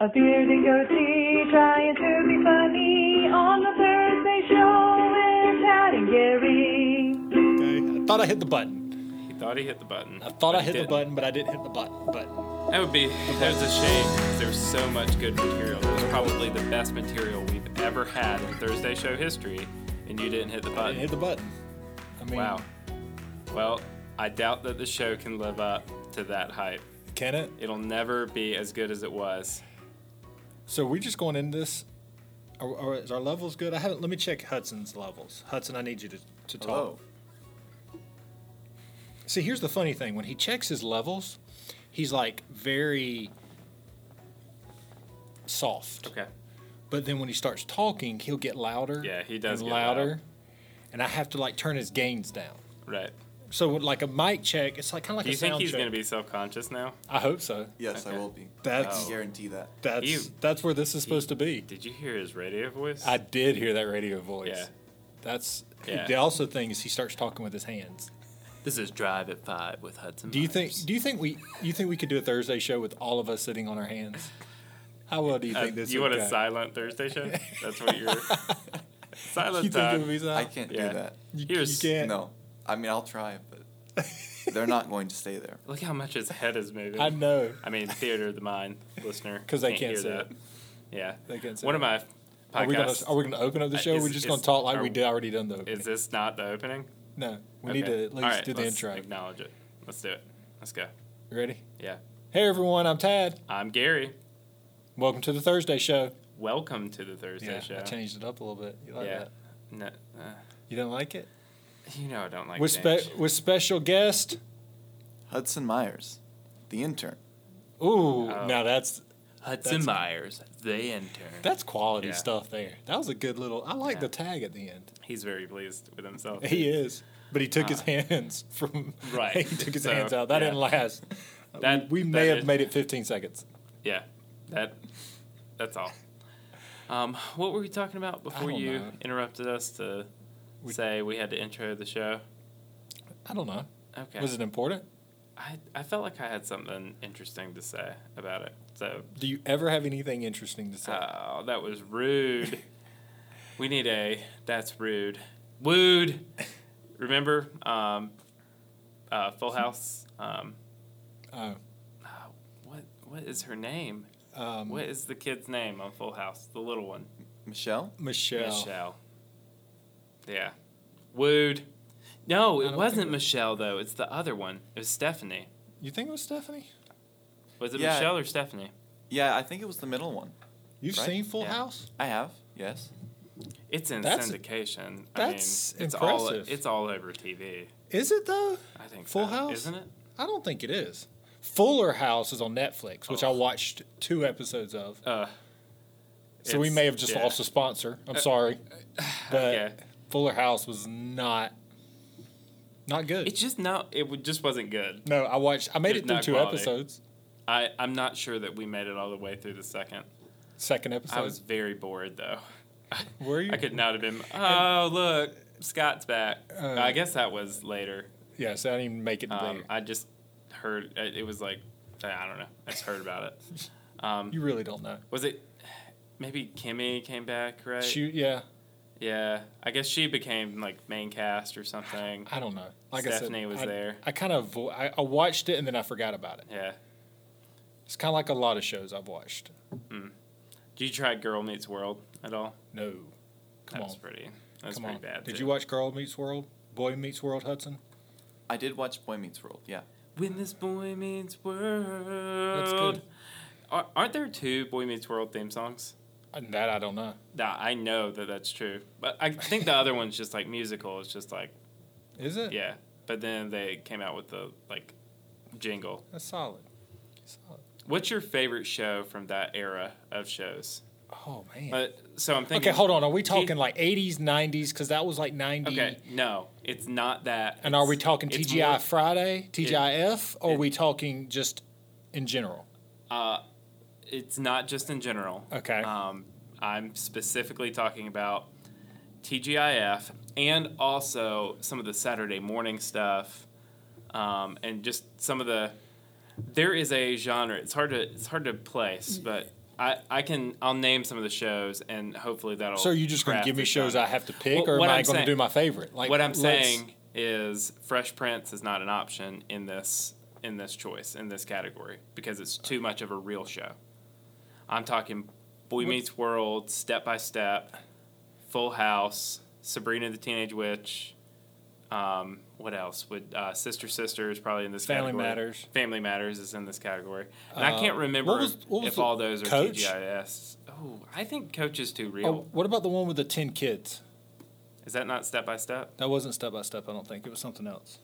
A building OT trying to be funny on the Thursday show with Tad and Gary. Okay. I thought I hit the button. He thought he hit the button. I thought I hit the didn't. button, but I didn't hit the button. But That would be that was a shame because there was so much good material. It was probably the best material we've ever had in Thursday show history, and you didn't hit the I didn't hit button. the button. I mean, Wow. Well, I doubt that the show can live up to that hype. can it? It'll never be as good as it was. So we're just going in this. Are, are, is our levels good? I haven't. Let me check Hudson's levels. Hudson, I need you to, to talk. See, here's the funny thing. When he checks his levels, he's like very soft. Okay. But then when he starts talking, he'll get louder. Yeah, he does and get louder. loud. And I have to like turn his gains down. Right. So with like a mic check, it's like kind of like Do a you think sound he's check. going to be self-conscious now? I hope so. Yes, Okay. I will be. I That's can guarantee that. that's You- that's where this is supposed to be. Did you hear his radio voice? I did hear that radio voice. Yeah. That's Yeah. the also thing is he starts talking with his hands. This is Drive at Five with Hudson. Do you think do you think we you think we could do a Thursday show with all of us sitting on our hands? How well do you think this Uh, you would want a go? silent Thursday show? That's what you're. You silent think it time. would be silent? I can't Yeah. do that. You, Here's- you can't. No. I mean, I'll try, but they're not going to stay there. Look how much his head is moving. I know. I mean, theater of the mind, listener. 'Cause they can't see hear that. Yeah, They can't see One of my Are we gonna podcasts. are we gonna open up the Uh, show? is- We're just is- gonna talk like are- we did already done the opening. is this not the opening? no, we need Okay. to at least All right, do the let's intro. Acknowledge it. Let's do it. Let's go. You ready? Yeah. Hey everyone, I'm Tad. I'm Gary. Welcome to the Thursday show. Welcome to the Thursday yeah, show. I changed it up a little bit. You like yeah. that? No, uh, You don't like it? you know I don't like with change. spe- with special guest. Hudson Myers, the intern. Ooh, Oh. now that's Hudson That's- Myers, the intern. that's quality Yeah. stuff there. That was a good little. I like Yeah. the tag at the end. He's very pleased with himself. He is, but he took his Ah. hands from. Right. he took his So, hands out. That yeah. didn't last. That- we that may have is- made it 15 seconds. Yeah, that that's all. Um, what were we talking about before don't you know. interrupted us to We- say we had to intro the show? I don't know. Okay. Was it important? I, I felt like I had something interesting to say about it. So Do you ever have anything interesting to say? oh, that was rude. we need a that's rude. Wooed. Remember um, uh, Full House? Um, oh, uh, what what is her name? um, What is the kid's name on Full House? The little one. Michelle? Michelle. Michelle. Yeah. Wooed. No, I don't it think wasn't it- Michelle though. It's the other one. It was Stephanie. You think it was Stephanie? Was it Yeah. Michelle or Stephanie? Yeah, I think it was the middle one. You've Right? seen Full Yeah. House? I have, yes. It's in That's- syndication. that's I mean, it's impressive. All, it's all over TV. Is it though? I think. Full so, House? isn't it? I don't think it is. Fuller House is on Netflix, which I watched two episodes of. Uh, So we it's- may have just yeah. Uh, lost a sponsor. I'm sorry, but Okay. Fuller House was not not good. It just no. It would- just wasn't good. no, I watched. I made It's it through not two quality. episodes. I I'm not sure that we made it all the way through the second. Second I episode. was very bored though. Were you? I could not have been. Oh look, Scott's back. Uh, I guess that was later. yeah, so I didn't even make it to Um, there. I just heard uh, it it was like I don't know. I just heard about it. Um, You really don't know. was it maybe Kimmy came back? Right? Shoot, yeah, yeah. I guess she became like main cast or something. I don't know. Like I Stephanie said, was I, there. I kind of vo- I, I watched it and then I forgot about it. Yeah. It's kind of like a lot of shows I've watched. Did you try Girl Meets World at all? No, come that on, was pretty. That was come pretty on. bad. Did too. you watch Girl Meets World? Boy Meets World, Hudson. I did watch Boy Meets World, yeah. When this boy meets world. Are, aren't there two Boy Meets World theme songs? And Uh, that I don't know. Nah, I know that that's true, but I think the other one's just like musical. It's just like Is it? Yeah, but then they came out with the like jingle. that's solid. Solid. What's your favorite show from that era of shows? Oh man. But so I'm thinking. okay, hold on. Are we Do talking you- like 80s, 90s? Because that was like 90. Okay, no, it's not that. And are we It's- talking it's TGI more- Friday, TGIF, or are it- we talking just in general? uh, it's not just in general. Okay. Um, I'm specifically talking about TGIF and also some of the Saturday morning stuff, um, and just some of the. There is a genre. It's hard to it's hard to place, but I, I can I'll name some of the shows and hopefully that'll. So you're just going to craft give me it shows down. I have to pick, Well, or am what I I'm going to saying- do my favorite? Like what I'm let's- saying is Fresh Prince is not an option in this in this choice in this category because it's too much of a real show. I'm talking Boy Meets World, Step by Step, Full House, Sabrina the Teenage Witch. Um, what else? Would uh, Sister Sister is probably in this Family category. Matters. Family Matters is in this category, and I Uh, can't remember what was- what was if the- all those are Coach? TGIS. Oh, I think Coach is too real. Oh, what about the one with the ten kids? Is that not Step by Step? That wasn't step by step. I don't think it was something else.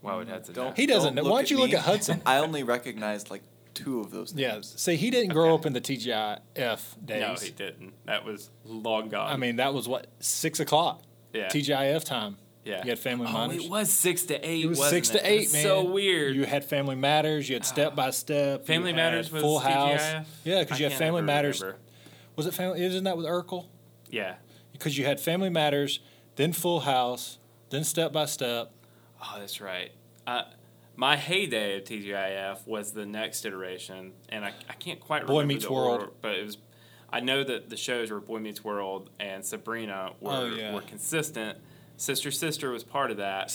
Why would Hudson? know? Don't, He doesn't don't know. Why look don't you look me. at Hudson? I only recognized like two of those. Yeah. names. See, he didn't grow Okay. up in the TGIF days. No, he didn't. That was long gone. I mean, that was what six o'clock yeah, TGIF time. yeah. You had family oh, minors. it was six to eight. It was wasn't six it? to eight, That's man. So weird. Ah. You had Family Matters. You had Step by Step. you Family had Matters was Full House. TGIF? Yeah, because I you had can't Family ever Matters. remember. Was it Family? Isn't that with Urkel? Yeah. Because you had Family Matters, then Full House, then Step by Step. Oh, that's right. Uh, my heyday of TGIF was the next iteration, and I, I can't quite Boy remember Meets the World. order, but it was. I know that the shows were Boy Meets World and Sabrina were Oh, yeah. were consistent. Sister Sister was part of that,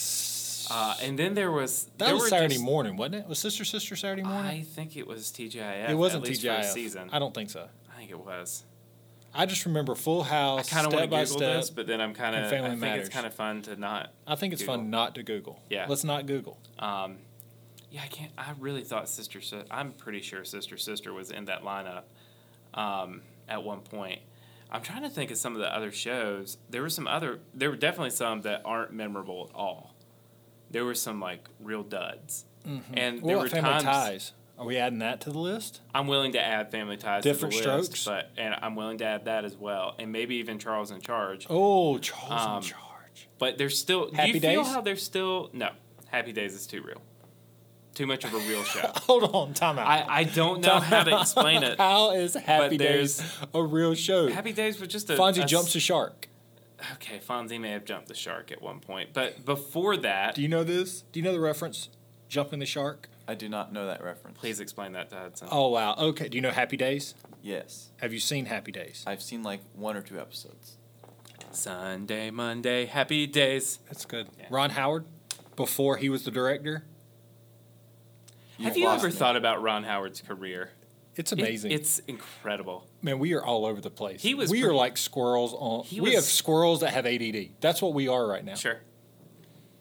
uh, and then there was That there was were Saturday just- morning, wasn't it? Was Sister Sister Saturday morning? I think it was TGIF. it wasn't at least TGIF. for a season. I don't think so. I think it was. I just remember Full I House, kind of Step want to by Google Step. this, but then I'm kind and of. I Family think Matters. it's kind of fun to not. I think it's fun Google. not to Google. Yeah. Let's not Google. Um, yeah, I can't. I really thought Sister. Sis- I'm pretty sure Sister Sister was in that lineup um, at one point. I'm trying to think of some of the other shows. There were some other. There were definitely some that aren't memorable at all. There were some like real duds, and What there about were Mm-hmm. Family times Ties? Are we adding that to the list? I'm willing to add Family Ties Different to the list, Strokes? but and I'm willing to add that as well, and maybe even Charles in Charge. Oh, Charles in Um, Charge. But there's still. Do Happy you feel Days? how there's still no Happy Days is too real, too much of a real show. Hold on, time out. I, I don't know how to explain it. How is Happy there's- Days a real show? Happy Days was just a Fonzie a s- jumps a shark. okay, Fonzie may have jumped the shark at one point, but before that, Do you know this? Do you know the reference? Jumping the shark? I do not know that reference. please explain that to Hudson. Oh wow. Okay. Do you know Happy Days? Yes, Have you seen Happy Days? I've seen like one or two episodes. Sunday, Monday, Happy Days. That's good. Yeah. Ron Howard, before he was the director, have You've you lost ever me. thought about Ron Howard's career? it's It- amazing. it's incredible. Man, we are all over the place. He was we pre- are like squirrels on. He we was- have squirrels that have ADD. That's what we are right now. Sure.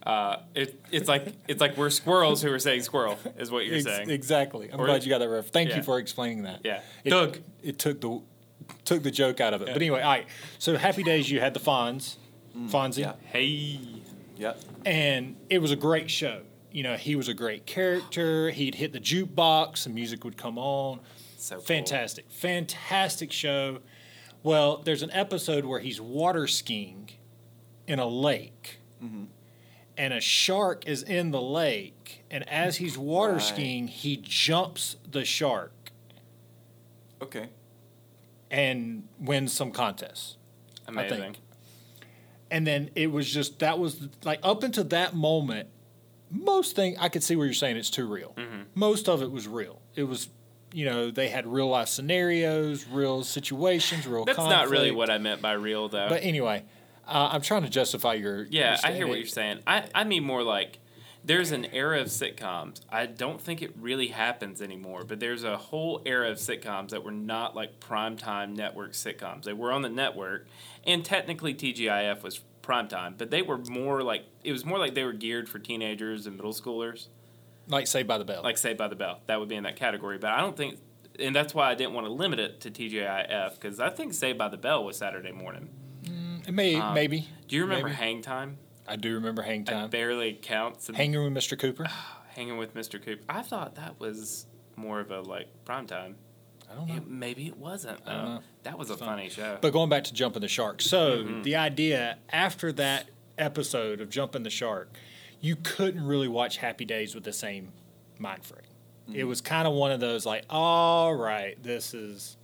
Uh, it, it's like it's like we're squirrels who are saying squirrel is what you're Ex- saying. Exactly. I'm Or- glad you got that reference. Thank Yeah. you for explaining that. Yeah. It, Doug. It took the took the joke out of it. But anyway, all right. So Happy Days, you had the Fonz, Fonzie, yeah. Hey. Yep. and it was a great show. You know, he was a great character. He'd hit the jukebox, the music would come on. So cool. Fantastic, fantastic show. Well, there's an episode where he's water skiing in a lake, Mm-hmm. and a shark is in the lake. And as he's water Right. skiing, he jumps the shark Okay. and wins some contests. Amazing. think. And then it was just that was like up until that moment, most thing I could see where you're saying it's too real. Mm-hmm. Most of it was real. It was, you know, they had real life scenarios, real situations, real. That's not really conflict. what I meant by real, though. But anyway, uh, I'm trying to justify your. yeah, your I hear what statement. you're saying. I, I mean more like there's an era of sitcoms. I don't think it really happens anymore, but there's a whole era of sitcoms that were not like primetime network sitcoms. They were on the network, and technically TGIF was primetime, but they were more like it was more like they were geared for teenagers and middle schoolers. Like Saved by the Bell. like Saved by the Bell. That would be in that category. But I don't think, and that's why I didn't want to limit it to TGIF because I think Saved by the Bell was Saturday morning. It may, um, maybe Do you remember Maybe. Hang Time? I do remember Hang That Time. barely counts. And Hanging with Mr. Cooper. hanging with Mr. Cooper. I thought that was more of a like prime time. I don't know. It- maybe it wasn't. Though. I don't know. That was a funny show. Uh-huh. But going back to jumping the shark, so Mm-hmm. the idea after that episode of jumping the shark, you couldn't really watch Happy Days with the same mind frame. Mm-hmm. It was kind of one of those like, all right, this is,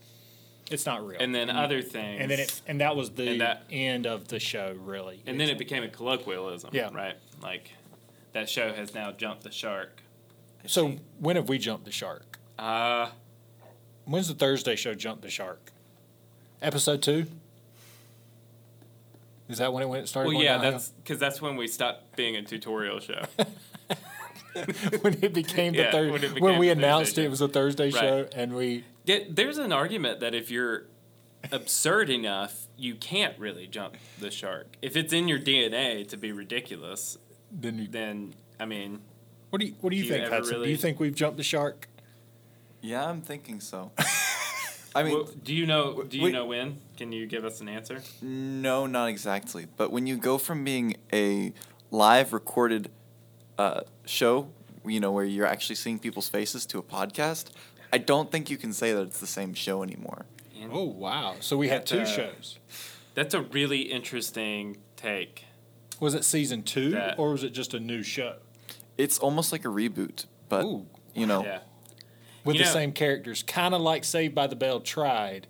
it's not real. and then other things. and then it and that was the And that- end of the show, really. and then it became a colloquialism. Yeah. Right. Like that show has now jumped the shark. so when have we jumped the shark? Uh, When's the Thursday show? Jump the Shark, episode two. Is that when it went started? Well, going yeah, downhill? that's because that's when we stopped being a tutorial show. when it became the Yeah, Thursday when it when, became we the announced Thursday it was a Thursday Right. show, and we Yeah, There's an argument that if you're absurd enough, you can't really jump the shark. If it's in your DNA to be ridiculous, then. You, then I mean, what do you What do you, do you think, ever Hudson? Do really- you think we've jumped the shark? Yeah, I'm thinking so. I mean, wh- do you know? Do you we- know when? Can you give us an answer? no, not exactly. But when you go from being a live recorded uh, show, you know, where you're actually seeing people's faces to a podcast, I don't think you can say that it's the same show anymore. And Oh wow! So we had two Uh, shows. That's a really interesting take. Was it season two that- or was it just a new show It's almost like a reboot, but Ooh. you know, Yeah. with You the know- same characters, kind of like Saved by the Bell? Tried.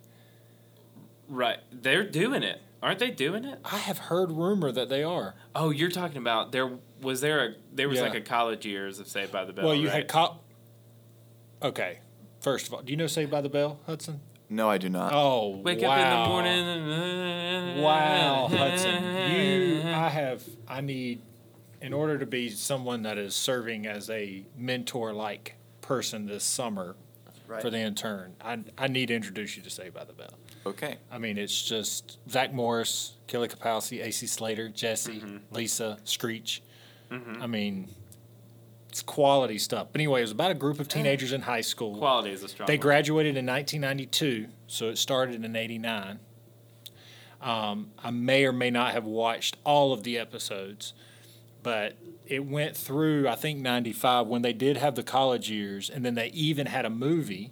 Right. They're doing it. Aren't they doing it? I have heard rumor that they are. Oh, you're talking about there was there a there was Yeah. like a college years of Saved by the Bell. well, you right? had cop. Okay, first of all, do you know Saved by the Bell, Hudson? no, I do not. Oh, Uh, wake wow. up in the morning. and- Wow, Hudson, you, I have, I need, in order to be someone that is serving as a mentor-like person this summer for the intern, I, I need to introduce you to Saved by the Bell. Okay. I mean, it's just Zach Morris, Kelly Kapowski, AC Slater, Jesse, Lisa, Screech. I mean, it's quality stuff. But anyway, it was about a group of teenagers in high school. Quality is a strong. They word. graduated in 1992, so it started in 89. Um, I may or may not have watched all of the episodes, but it went through, I think, 95 when they did have the college years, and then they even had a movie.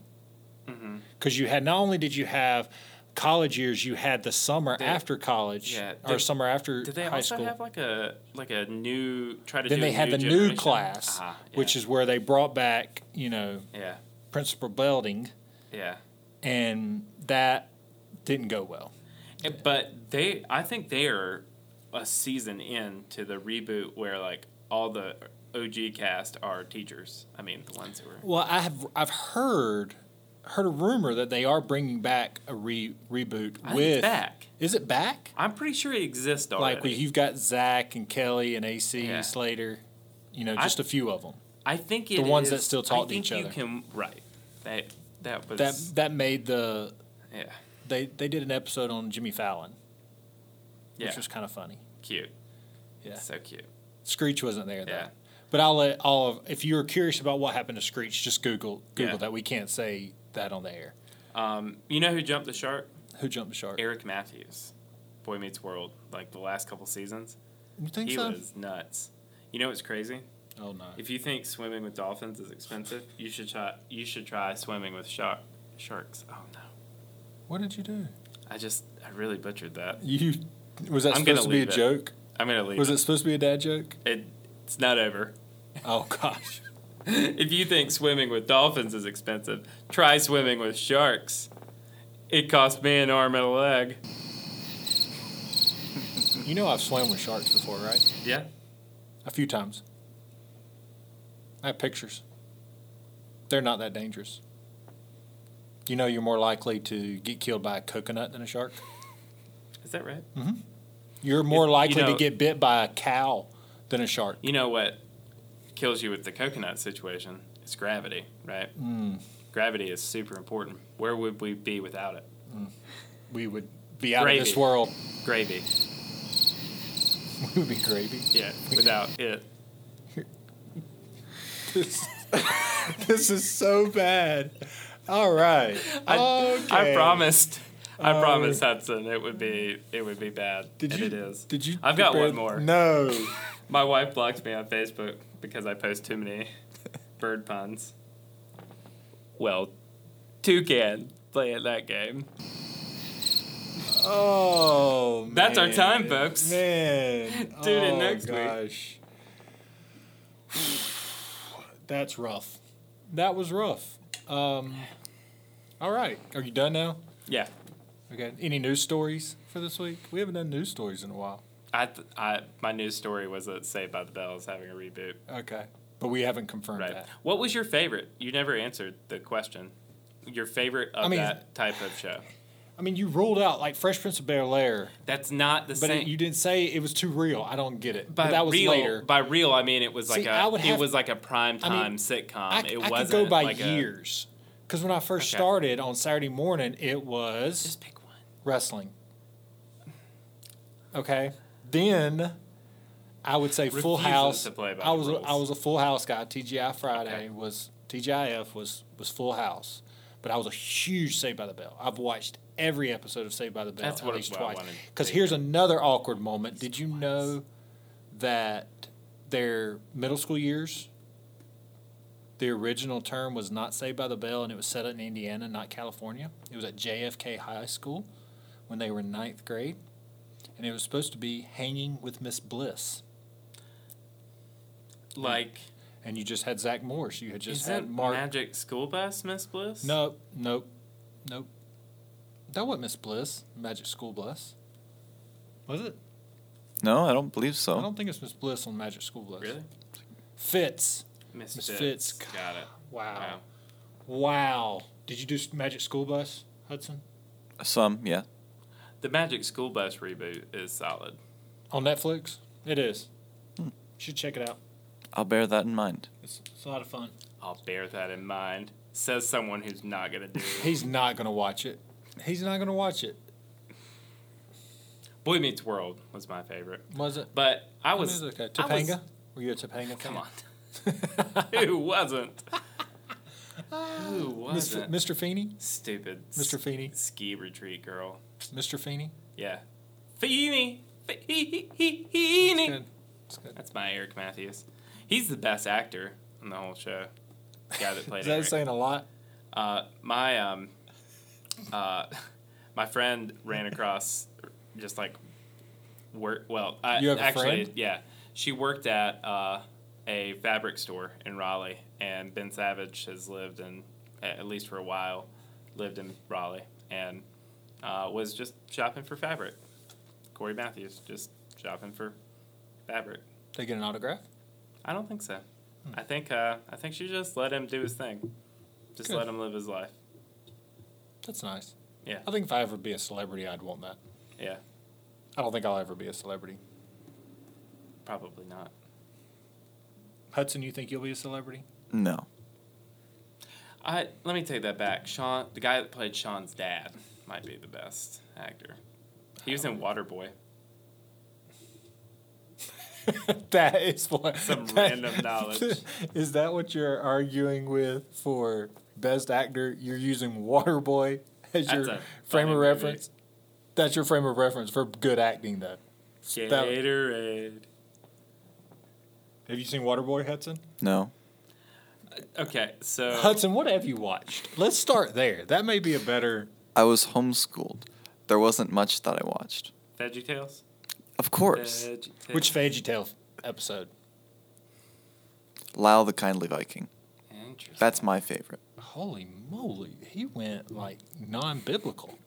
Mm-hmm. Because you had, not only did you have college years, you had the summer after college yeah, or did- summer after Did they high also school. have like a like a new try to then do they a had the new generation? nude class, Ah, yeah, which is where they brought back, you know, yeah Principal Belding yeah. and that didn't go well. And- But they, I think they are a season in to the reboot where like all the OG cast are teachers. I mean the ones who are Well, I have I've heard heard a rumor that they are bringing back a re, reboot I think with it's back. Is it back? I'm pretty sure it exists already. Like you've got Zach and Kelly and AC Yeah. Slater, you know, I- just a few of them. I think it the ones that is- still I talk to think each you other. Can, right. That that was That that made the yeah they they did an episode on Jimmy Fallon, yeah which was kind of funny. cute. Yeah. so cute. Screech wasn't there though. Yeah. But I'll let all of if you're curious about what happened to Screech, just Google Google Yeah. that. We can't say that on the air. Um, you know who jumped the shark? Who jumped the shark? Eric Matthews, Boy Meets World. Like the last couple seasons, You think he so? was nuts. You know what's crazy? Oh no. If you think swimming with dolphins is expensive, you should try. You should try swimming with shark sharks. Oh no, What did you do? I just I really butchered that. You was that I'm gonna supposed to be a leave it. joke? I'm gonna leave. Was it? it supposed to be a dad joke? It, it's not over. Oh gosh. if you think swimming with dolphins is expensive, try swimming with sharks. It cost me an arm and a leg. You know I've swam with sharks before, right? Yeah. A few times. I have pictures. They're not that dangerous. You know you're more likely to get killed by a coconut than a shark. Is that right? You're more you likely know- to get bit by a cow than a shark. You know what kills you with the coconut situation? It's gravity, right? Gravity is super important. Where would we be without it? We would be out of this Gravy. world. Gravy. We would be gravy. Yeah, without it. this is so bad. All right. I, I Okay. promised. I Oh. promised Hudson it would be it would be bad. Did and you? it is. Did you? I've got prepare- one more. No. My wife blocked me on Facebook because I post too many bird puns. Well, toucan playing that game. Oh, That's our man. time, folks. Man, Tune oh, in next week. gosh. That's rough. That was rough. Um, all right, are you done now? Yeah, Okay. Any news stories for this week? We haven't done news stories in a while. I, th- I my news story was that Saved by the Bell is having a reboot. Okay, but we haven't confirmed Right. that. What was your favorite? You never answered the question. your favorite of I mean- that type of show. I mean, you ruled out like Fresh Prince of Bel Air, That's not the but same. it, you didn't say it was too real. I don't get it. by but that was real, later. By real, I mean it was See, like I a would it have- was like a prime time I mean, sitcom. I, Um, it I wasn't could go by like a- years. Because when I first Okay. started on Saturday morning, it was just pick one. wrestling. Okay. Then I would say Full Refuses House. to play by I the was a, I rules. was a Full House guy. TGI Friday Okay. was TGIF was was Full House, but I was a huge Saved by the Bell. I've watched every episode of Saved by the Bell That's at what- least what I twice. wanted Because to here's another awkward moment. Did you know that their middle school years? The original term was not Saved by the Bell, and it was set in Indiana, not California. It was at JFK High School when they were in ninth grade, and it was supposed to be Hanging with Miss Bliss. Like And you just had Zach Morse. You had just had isn't Mark. Magic School Bus Miss Bliss? nope, nope, nope. That wasn't Miss Bliss, Magic School Bliss. Was it? No, I don't believe so. I don't think it's Miss Bliss on Magic School Bliss. really. Fitz. Miss Miss Fitz. Fitz. Got it. Wow. Wow. Wow. Did you do s- Magic School Bus, Hudson? Some, yeah. The Magic School Bus reboot is solid. On Netflix? It is. Hmm. Should check it out. I'll bear that in mind. It's, it's a lot of fun. I'll bear that in mind. Says someone who's not gonna do it. He's not going to watch it. He's not going to watch it. Boy Meets World was my favorite, Was it? but I It was okay. I was- Topanga? Were you a Topanga fan? Come on. Who wasn't? Who Miss- wasn't? Mr. Feeney? Stupid. s- Mr. Feeney? Ski retreat girl. Mr. Feeney? Yeah. Feeney. It's Feeney. good. It's good. That's my Eric Matthews. He's the best actor in the whole show. The guy that played Is that Eric. saying a lot? Uh, my um, uh, my friend ran across just like work. Well, I, You have a actually, friend? yeah, she worked at uh, a fabric store in Raleigh, and Ben Savage has lived in at least for a while, lived in Raleigh, and uh, was just shopping for fabric. Corey Matthews just shopping for fabric. They get an autograph? I don't think so. Hmm. I think uh, I think she just let him do his thing. Just Good. let him live his life. That's nice. Yeah. I think if I ever be a celebrity, I'd want that. Yeah. I don't think I'll ever be a celebrity. Probably not. Hudson, you think you'll be a celebrity? No. I let me take that back. Sean, the guy that played Sean's dad, might be the best actor. He was in Waterboy. that is what Some that- random knowledge. Is that what you're arguing with for best actor? You're using Waterboy as That's your a frame funny of movie. reference. That's your frame of reference for good acting, though. That- Gatorade. Have you seen Waterboy, Hudson? No. Okay, so Hudson, what have you watched? Let's start there. That may be a better. I was homeschooled. There wasn't much that I watched. Veggie Tales. Of course. Which Veggie Tale episode? Lao the Kindly Viking. Interesting. That's my favorite. Holy moly, he went like non-biblical.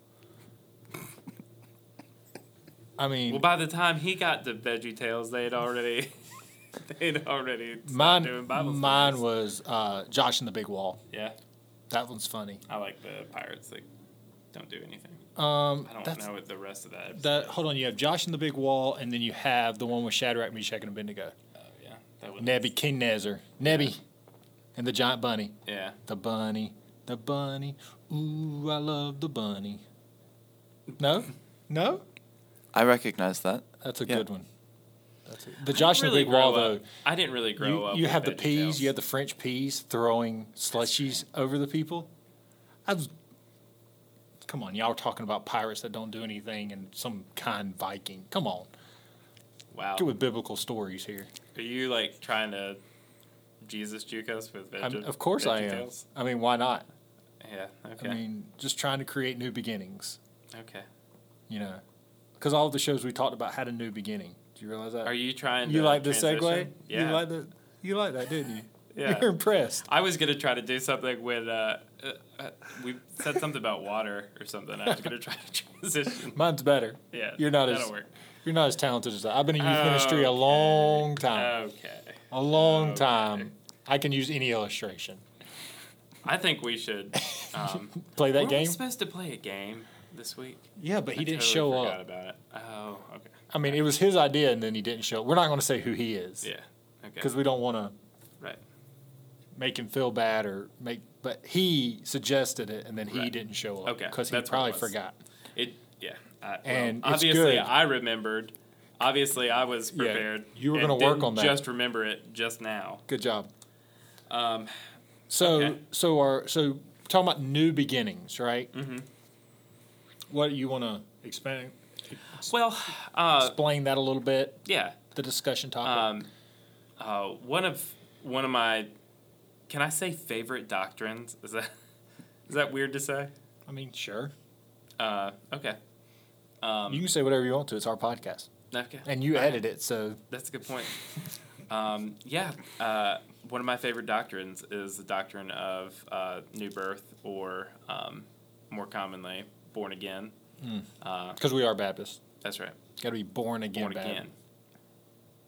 I mean, Well, by the time he got to Veggie Tales, they'd already they'd already stopped doing mine, Bible mine studies. was uh, Josh and the Big Wall. Yeah, That one's funny. I like the pirates. They don't do anything. Um, I don't that's, know what the rest of that. That, hold on, you have Josh and the Big Wall, and then you have the one with Shadrach, Meshach, and Abednego. oh, yeah, that would. Nebi, King Nezer, Nebi, and the giant bunny. Yeah. The bunny, the bunny. Ooh, I love the bunny. No? No? I recognize that. That's a Yeah. good one. That's a, the Josh really and the Big Wall, grow up- though. I didn't really grow You, up. you with have the Veggie Tales. peas, you have the French peas throwing slushies over the people. I was, come on, y'all are talking about pirates that don't do anything and some kind Viking. Come on, wow. get with biblical stories here. Are you like trying to Jesus juke us with veg- I mean, of course I am. VeggieTales? I mean, why not? Yeah. Okay. I mean, just trying to create new beginnings, okay. you know, because all of the shows we talked about had a new beginning. Do you realize that? Are you trying? you to like the transition? segue? Yeah. You like the, You like that, didn't you? Yeah. You're impressed. I was gonna try to do something with uh, uh, uh, we said something about water or something. I was gonna try to transition. Mine's better. Yeah. You're not that'll as work. You're not as talented as I. I've been in youth ministry a Oh, Okay. long time. Okay. A long Okay. time. I can use any illustration. I think we should. Um, Play that were we game? supposed to play a game this week. Yeah, but he I didn't totally show forgot up. About it. Oh, okay. I mean, it was his idea, and then he didn't show up. We're not going to say who he is Yeah. Okay. because we don't want to right. make him feel bad or make. But he suggested it, and then he Right. didn't show up Okay, because he that's what it probably was. forgot. It. Yeah. I, well, And it's obviously, good. I remembered. Obviously, I was Yeah, prepared. you were and gonna work didn't on that. Just remember it just now. Good job. Um, So Okay. so our so talking about new beginnings, right? Mm-hmm. What you want to expand? well, uh, explain that a little bit. yeah. The discussion topic. Um, uh, one of one of my, can I say favorite doctrines? Is that is that weird to say? I mean, sure. Uh, okay. Um, you can say whatever you want to. It's our podcast, okay. and you edit it, so That's a good point. Um, yeah, uh, one of my favorite doctrines is the doctrine of uh, new birth, or um, more commonly, born again. Uh, because we are Baptists, that's right, got to be born again. born Baptist. again.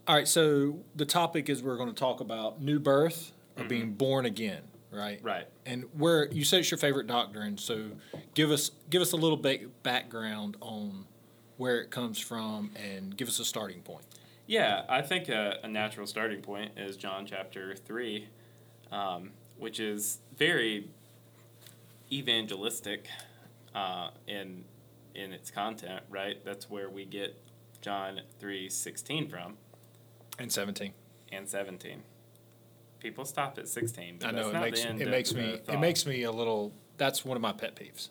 All right. So the topic is we're going to talk about new birth or being born again, right? Mm-hmm. Right. And where you said it's your favorite doctrine, so give us give us a little bit background on where it comes from and give us a starting point. Yeah, I think a, a natural starting point is John chapter 3, um, which is very evangelistic uh, in, in its content, right? That's where we get John 3.16 from And seventeen. and 17. People stop at 16, but I that's know it not makes the end it of makes the me it thought. Mm-hmm. makes me a little. That's one of my pet peeves.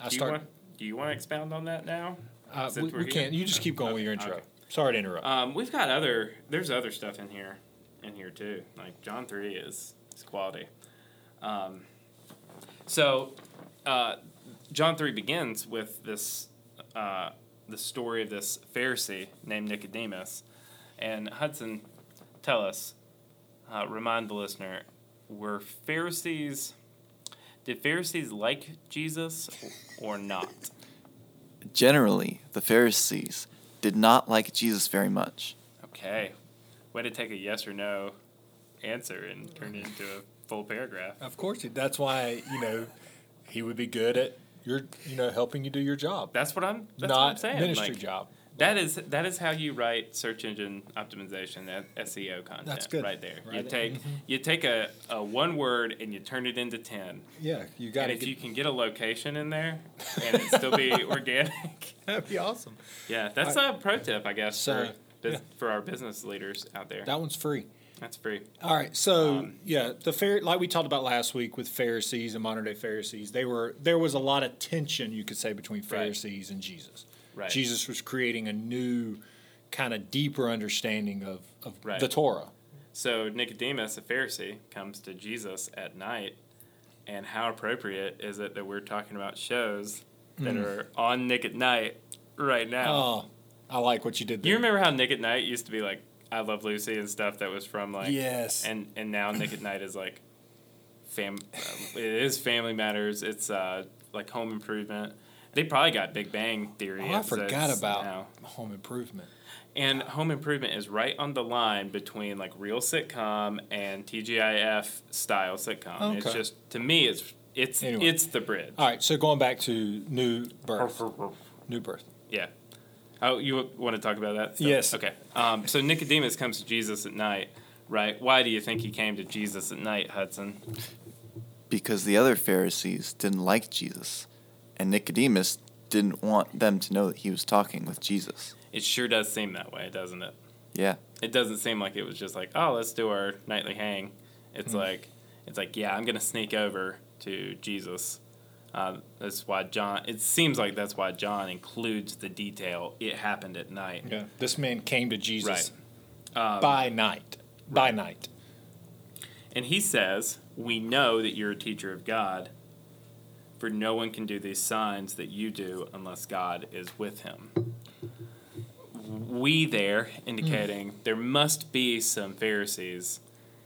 I start. do You want, do you want to expound on that now? uh, since we we're we here? can't. You just keep going with your Okay, intro. okay. Sorry to interrupt. Um, we've got other. There's other stuff in here, in here too. Like John three is is quality. Um, so, uh, John three begins with this, uh, the story of this Pharisee named Nicodemus, and Hudson, tell us, uh, remind the listener, were Pharisees, did Pharisees like Jesus or not? Generally, the Pharisees did not like Jesus very much. Okay. Way to take a yes or no answer and turn it into a full paragraph. Of course, he- that's why you know he would be good at your you know helping you do your job, That's what I'm that's not what I'm saying. ministry like, job. That is that is how you write search engine optimization that SEO content That's good. right there. Right. Mm-hmm. You take you take a, a one word and you turn it into ten. Yeah, you got And to. if you can get a location in there and it still be organic. That'd be awesome. Yeah, that's a pro tip I guess So, for yeah. for our business leaders out there. That one's free. That's free. All right, so Um, yeah, the fair like we talked about last week with Pharisees and modern day Pharisees, they were there was a lot of tension you could say between Pharisees and Jesus. Right. Jesus was creating a new kind of deeper understanding of, of Right. the Torah. So Nicodemus, a Pharisee, comes to Jesus at night, and how appropriate is it that we're talking about shows that are on Nick at Night right now? Mm. Oh, I like what you did there. You remember how Nick at Night used to be like I Love Lucy and stuff that was from like Yes. and and now Nick at Night is like fam um, it is Family Matters. It's uh like Home Improvement. They probably got Big Bang Theory. Oh, I forgot episodes about now. home improvement. And Home Improvement is right on the line between like real sitcom and TGIF style sitcom. It's Okay. just to me, it's it's Anyway. it's the bridge. All right, so going back to new birth. new birth. Yeah. Oh, you want to talk about that? still? Yes. Okay. Um, so Nicodemus comes to Jesus at night, right? Why do you think he came to Jesus at night, Hudson? because the other Pharisees didn't like Jesus, and Nicodemus didn't want them to know that he was talking with Jesus. It sure does seem that way, doesn't it? Yeah, It doesn't seem like it was just like, oh, let's do our nightly hang. It's like, it's like, yeah, I'm gonna sneak over to Jesus. Uh, that's why John. It seems like that's why John includes the detail. It happened at night. Yeah. This man came to Jesus Um, by night. By night. And he says, "We know that you're a teacher of God, for no one can do these signs that you do unless God is with him." We there indicating Hmm. there must be some Pharisees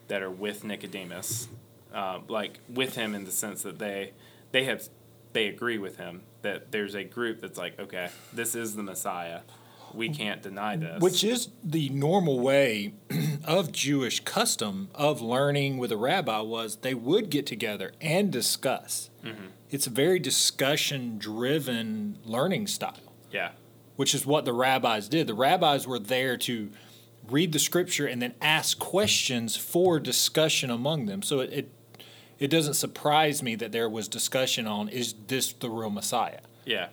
that are with Nicodemus, uh, like with him in the sense that they they have they agree with him that there's a group that's like, okay, this is the Messiah. we can't deny this. Which is the normal way of Jewish custom of learning with a rabbi was they would get together and discuss. It's a very discussion driven learning style, yeah, which is what the rabbis did. The rabbis were there to read the scripture and then ask questions for discussion among them. So it it, it doesn't surprise me that there was discussion on is this the real Messiah? yeah,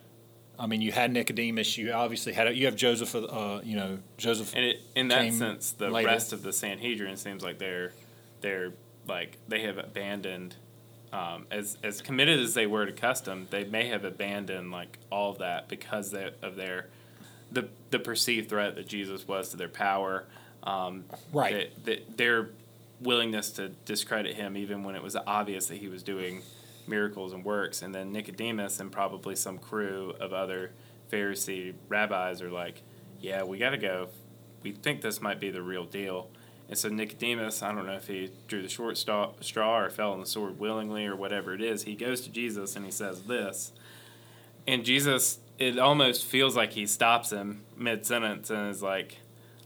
I mean, you had Nicodemus. You obviously had you have Joseph. Uh, you know Joseph. and it, in that came sense, the later. rest of the Sanhedrin seems like they're they're like they have abandoned. Um, as as committed as they were to custom, they may have abandoned like all of that because they, of their the the perceived threat that Jesus was to their power. Um, Right. that- that their willingness to discredit him, even when it was obvious that he was doing miracles and works. And then Nicodemus and probably some crew of other Pharisee rabbis are like, yeah, we got to go. We think this might be the real deal. And so Nicodemus, I don't know if he drew the short straw, straw or fell on the sword willingly or whatever it is, he goes to Jesus and he says this. And Jesus, it almost feels like he stops him mid sentence and is like,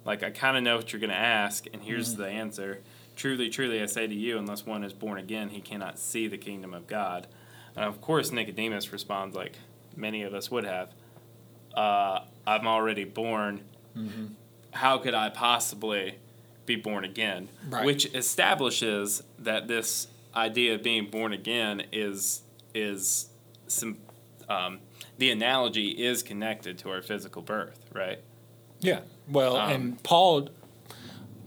like I kind of know what you're going to ask, and here's the answer. Truly, truly, I say to you, unless one is born again, he cannot see the kingdom of God. And of course, Nicodemus responds like many of us would have. Uh, I'm already born. How could I possibly be born again? Right. Which establishes that this idea of being born again is is some um, the analogy is connected to our physical birth, right? Yeah. Well, Um, and Paul,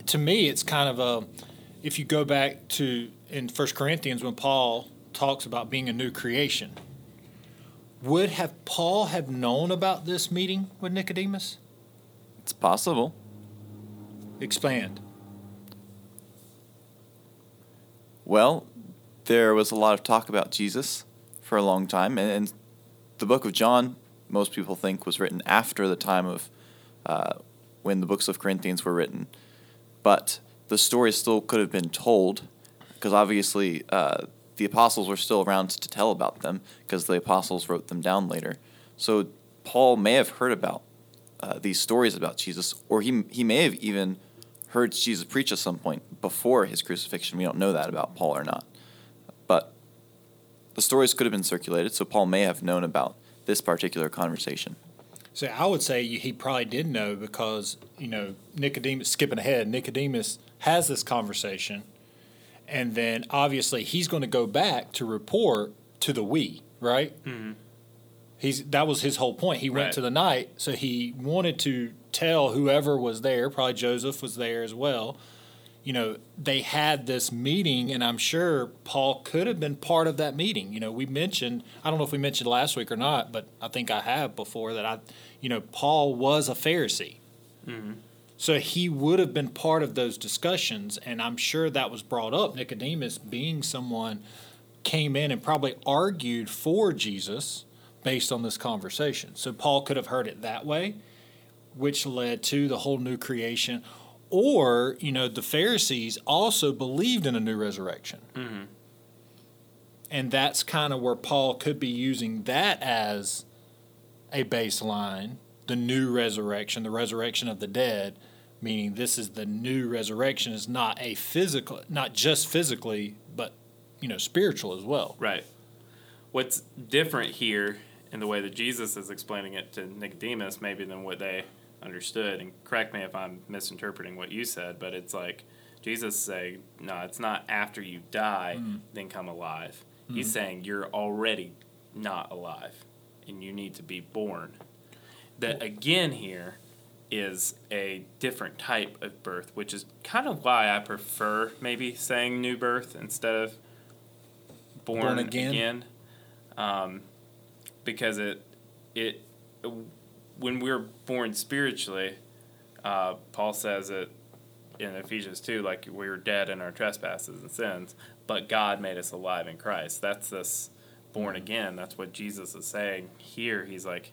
to me, it's kind of a, if you go back to in First Corinthians when Paul talks about being a new creation, would have Paul have known about this meeting with Nicodemus? It's possible. Expand. Well, there was a lot of talk about Jesus for a long time, and, and the book of John, most people think, was written after the time of uh, when the books of Corinthians were written. But the story still could have been told, because obviously uh, the apostles were still around to tell about them, because the apostles wrote them down later. So Paul may have heard about uh, these stories about Jesus, or he he may have even heard Jesus preach at some point before his crucifixion. We don't know that about Paul or not, but the stories could have been circulated, so Paul may have known about this particular conversation. So I would say he probably did know because you know Nicodemus skipping ahead. Nicodemus has this conversation, and then obviously he's going to go back to report to the we right. Mm-hmm. He's that was his whole point. He Right. went to the night, so he wanted to tell whoever was there. Probably Joseph was there as well. You know, they had this meeting, and I'm sure Paul could have been part of that meeting. You know, we mentioned, I don't know if we mentioned last week or not, but I think I have before that I, you know, Paul was a Pharisee. So he would have been part of those discussions, and I'm sure that was brought up. Nicodemus, being someone, came in and probably argued for Jesus based on this conversation. So Paul could have heard it that way, which led to the whole new creation. Or, you know, the Pharisees also believed in a new resurrection. And that's kind of where Paul could be using that as a baseline the new resurrection, the resurrection of the dead, meaning this is the new resurrection, is not a physical, not just physically, but, you know, spiritual as well. Right. What's different here in the way that Jesus is explaining it to Nicodemus, maybe than what they understood, and correct me if I'm misinterpreting what you said, but it's like Jesus saying, no, it's not after you die, then come alive. He's saying you're already not alive and you need to be born. That again here is a different type of birth, which is kind of why I prefer maybe saying new birth instead of born, Born again, again. Um, because it it when we're born spiritually, uh, Paul says it in Ephesians two, like we were dead in our trespasses and sins, but God made us alive in Christ. That's this born again. That's what Jesus is saying here. He's like,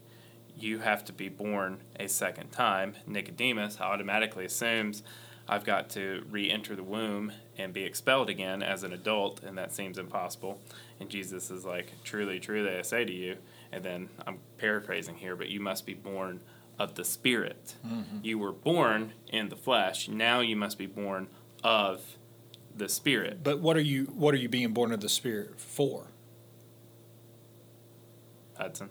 you have to be born a second time. Nicodemus automatically assumes I've got to re enter the womb and be expelled again as an adult, and that seems impossible. And Jesus is like, Truly, truly, I say to you, and then I'm paraphrasing here, but you must be born of the Spirit. You were born in the flesh. Now you must be born of the Spirit. But what are you what are you being born of the Spirit for? Hudson.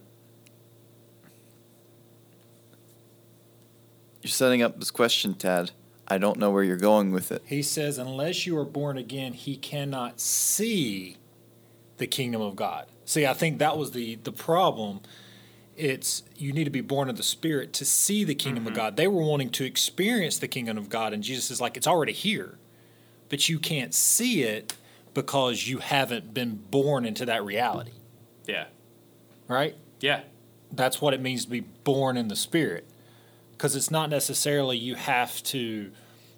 You're setting up this question, Tad. I don't know where you're going with it. He says, unless you are born again, he cannot see the kingdom of God. See, I think that was the the problem. It's you need to be born of the Spirit to see the kingdom of God. They were wanting to experience the kingdom of God, and Jesus is like, it's already here, but you can't see it because you haven't been born into that reality, Yeah. right? Yeah. that's what it means to be born in the spirit because it's not necessarily you have to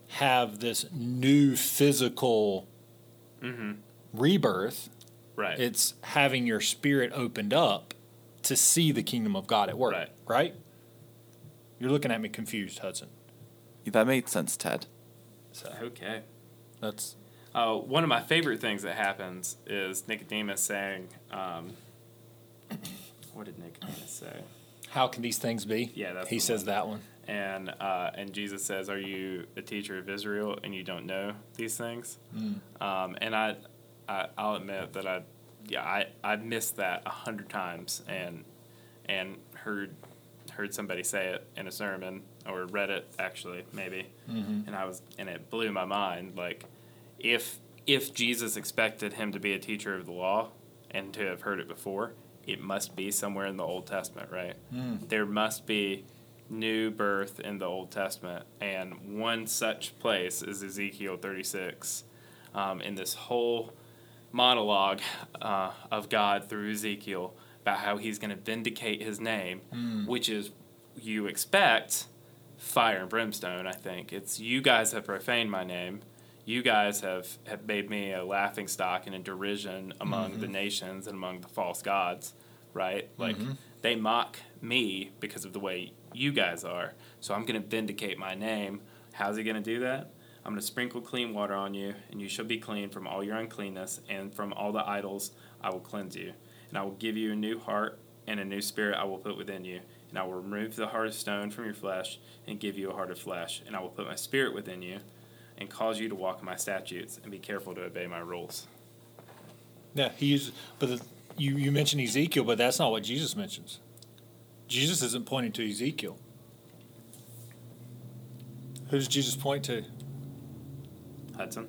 have this new physical rebirth Mm-hmm. Right. it's having your spirit opened up to see the kingdom of god at work Right. right, you're looking at me confused hudson That made sense, Tad. so okay. that's Uh, one of my favorite things that happens is Nicodemus saying, um, "What did Nicodemus say?" how can these things be Yeah, that's he the says one. that one And uh, and Jesus says, "Are you a teacher of Israel and you don't know these things?" Um, and I, I I'll admit that I yeah I I missed that a hundred times and and heard heard somebody say it in a sermon or read it actually maybe and I was and it blew my mind like if if Jesus expected him to be a teacher of the law and to have heard it before it must be somewhere in the Old Testament right there must be new birth in the Old Testament and one such place is Ezekiel 36 um, in this whole monologue uh, of God through Ezekiel about how he's going to vindicate his name, which is you expect fire and brimstone. I think it's you guys have profaned my name. You guys have, have made me a laughing stock and a derision among the nations and among the false gods, right? Like they mock me because of the way you guys are. So I'm going to vindicate my name. How's he going to do that? I'm going to sprinkle clean water on you, and you shall be clean from all your uncleanness, and from all the idols I will cleanse you. And I will give you a new heart, and a new spirit I will put within you. And I will remove the heart of stone from your flesh, and give you a heart of flesh. And I will put my spirit within you, and cause you to walk in my statutes, and be careful to obey my rules. yeah he uses but the, you, you mentioned ezekiel but that's not what jesus mentions jesus isn't pointing to ezekiel who does jesus point to Hudson?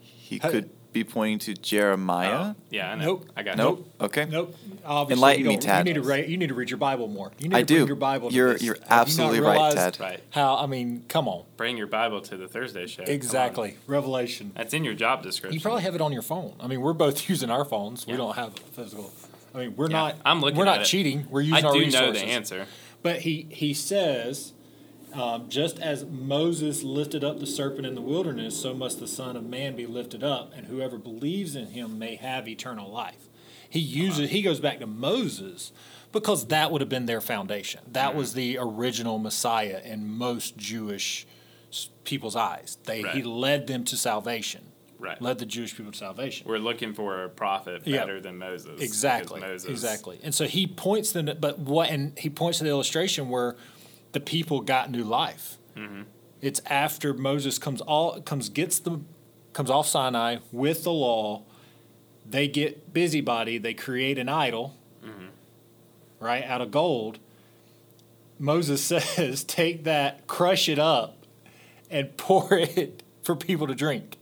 He Hey. could be pointing to Jeremiah. Oh, yeah, I know. Nope. I got Nope. Okay. Nope. Obviously, Enlighten you me, don't- Tad. You need, to re- you need to read your Bible more. You need I to bring do. your Bible. to You're- this. you're Have you not absolutely right, realized Tad. Right. How? I mean, come on. Bring your Bible to the Thursday show. Come on. Exactly. Revelation. That's in your job description. You probably have it on your phone. I mean, we're both using our phones. We Yeah. don't have physical. I mean, we're Yeah. not. I'm looking We're at not it. cheating. We're using I our do resources. know the answer. But he he says, um, just as Moses lifted up the serpent in the wilderness, so must the Son of Man be lifted up, and whoever believes in him may have eternal life. He uses he goes back to Moses because that would have been their foundation. That Mm-hmm. was the original Messiah in most Jewish s- people's eyes. They he Right. led them to salvation. Right. Led the Jewish people to salvation. We're looking for a prophet Yeah. better than Moses. because Exactly. Moses- Exactly. And so he points them, to, but what? And he points to the illustration where the people got new life. Mm-hmm. It's after Moses comes all comes gets them comes off Sinai with the law. They get busybody. They create an idol, Mm-hmm. right, out of gold. Moses says, "Take that, crush it up, and pour it for people to drink."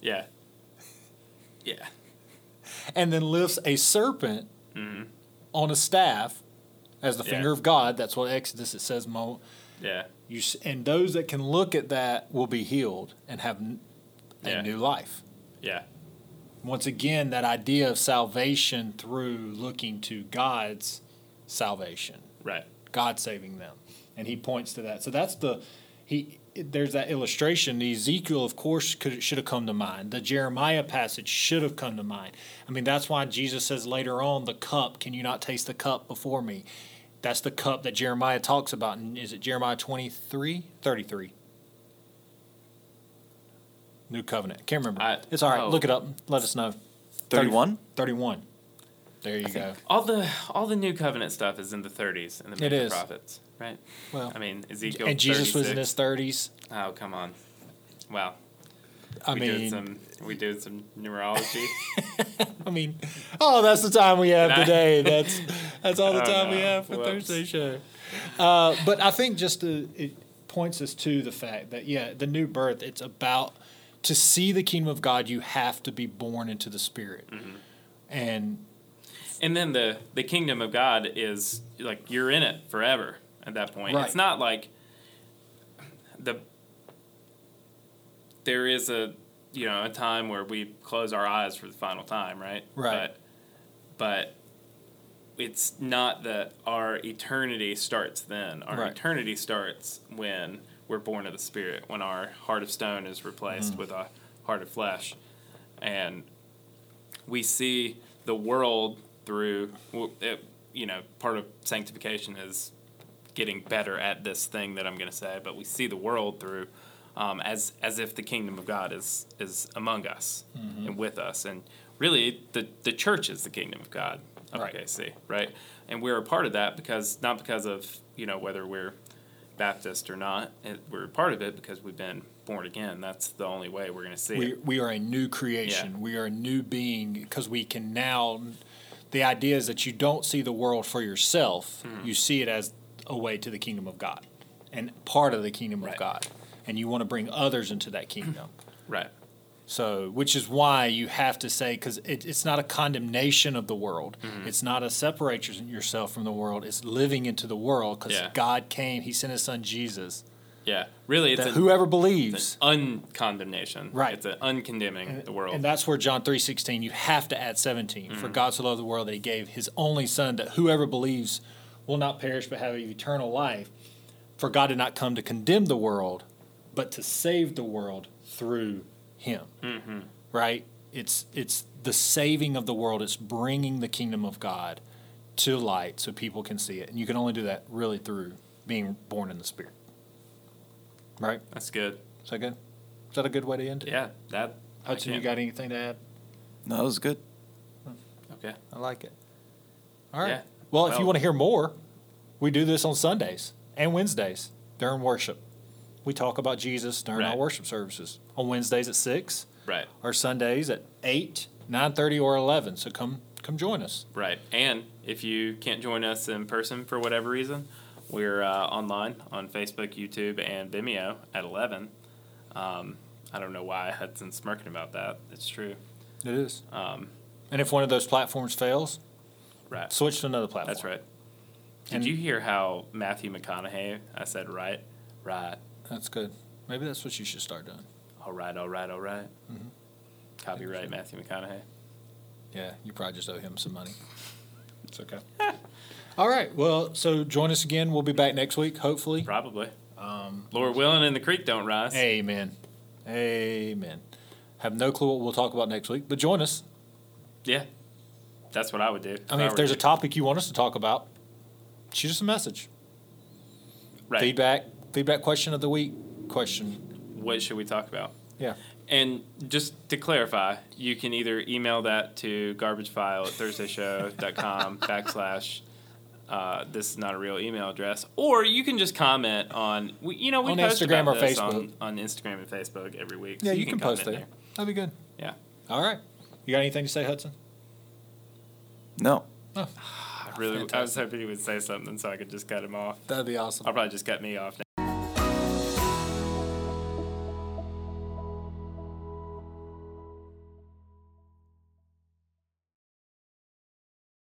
Yeah. Yeah. and then lifts a serpent on a staff as the Mm-hmm. Yeah. finger of God. That's what Exodus it says. Mo, Yeah. you s- and those that can look at that will be healed and have n- a Yeah. new life. Yeah. Once again, that idea of salvation through looking to God's salvation, Right. God saving them, and he points to that. So that's the he. There's that illustration. The Ezekiel, of course, could, should have come to mind. The Jeremiah passage should have come to mind. I mean, that's why Jesus says later on, "The cup, can you not taste the cup before me?" That's the cup that Jeremiah talks about. And is it Jeremiah 23? 33. New covenant. Can't remember. I- it's all right. oh. Look it up. Let us know. 31? 31. There you go. All the all the new covenant stuff is in the 30s in the It major is. prophets, right? Well, I mean Ezekiel. and Jesus was in his 36. thirties. Oh come on! Wow. I we mean, did some we did some numerology. I mean, oh, that's the time we have Nah. today. That's that's all the Oh, time we no. have for Whoops. Thursday show. Uh, but I think just the, it points us to the fact that yeah, the new birth. It's about to see the kingdom of God. You have to be born into the Spirit, Mm-hmm. and and then the the kingdom of God is like you're in it forever at that point. Right. It's not like the there is a you know a time where we close our eyes for the final time, right? Right. But, but it's not that our eternity starts then. Our Right. eternity starts when we're born of the Spirit, when our heart of stone is replaced with a heart of flesh, and we see the world through well, it, you know part of sanctification is getting better at this thing that I'm going to say, but we see the world through um, as as if the kingdom of God is is among us Mm-hmm. and with us, and really the the church is the kingdom of God of Right. OKC, right? And we're a part of that because not because of you know whether we're Baptist or not, it, we're a part of it because we've been born again. That's the only way we're going to see we it. we are a new creation. We are a new being because we can now. The idea is that you don't see the world for yourself. Mm-hmm. You see it as a way to the kingdom of God, and part of the kingdom of Right. God, and you want to bring others into that kingdom. Right. So, which is why you have to say, because it, it's not a condemnation of the world. Mm-hmm. It's not a separate your- yourself from the world. It's living into the world because Yeah. God came. He sent His Son Jesus. Yeah, really, it's That an, whoever believes, uncondemnation. Right. it's an uncondemning the world. Mm-hmm. and that's where John three sixteen. You have to add 17 For God so loved the world that He gave His only Son, that whoever believes will not perish but have eternal life. For God did not come to condemn the world, but to save the world through Him. Mm-hmm. Right? It's it's the saving of the world. It's bringing the kingdom of God to light so people can see it, and you can only do that really through being born in the Spirit. Right? that's good. Is that good? Is that a good way to end it? Yeah, that. I Hudson, you can't- got anything to add? No, that was good. Okay. I like it. All right. Yeah. Well, if you Well- want to hear more, we do this on Sundays and Wednesdays during worship. We talk about Jesus during our Right. worship services on Wednesdays at six, Right. or Sundays at eight, nine thirty, or eleven. So come come join us. Right. And if you can't join us in person for whatever reason, we're uh, online on Facebook, YouTube, and Vimeo at eleven. Um, I don't know why Hudson's smirking about that. It's true. It is. Um, And if one of those platforms fails, right. switch to another platform. That's right. Did And- you hear how Matthew McConaughey? I said right, right, That's good. Maybe that's what you should start doing. all right, all right, all right. Mm-hmm. Copyright Matthew McConaughey. Yeah, you probably just owe him some money. It's okay. All right. Well, so join us again. We'll be back next week, hopefully. Probably. Um, Lord willing, and the creek don't rise. Amen. Amen. Have no clue what we'll talk about next week, but join us. Yeah, that's what I would do. I mean, if were there's a you. topic you want us to talk about, shoot us a message. right, Feedback, feedback question of the week, question. what should we talk about? Yeah. And just to clarify, you can either email that to garbagefile at thursdayshow.com backslash uh, this is not a real email address, or you can just comment on we, you know we On post Instagram about or this Facebook. on, on Instagram and Facebook every week. Yeah, so you, can, post there. comment That'd be good. Yeah, All right. You got anything to say, Hudson? No. Ah, I really I was hoping you would say something so I could just cut him off. That'd be awesome. I'll probably just cut me off.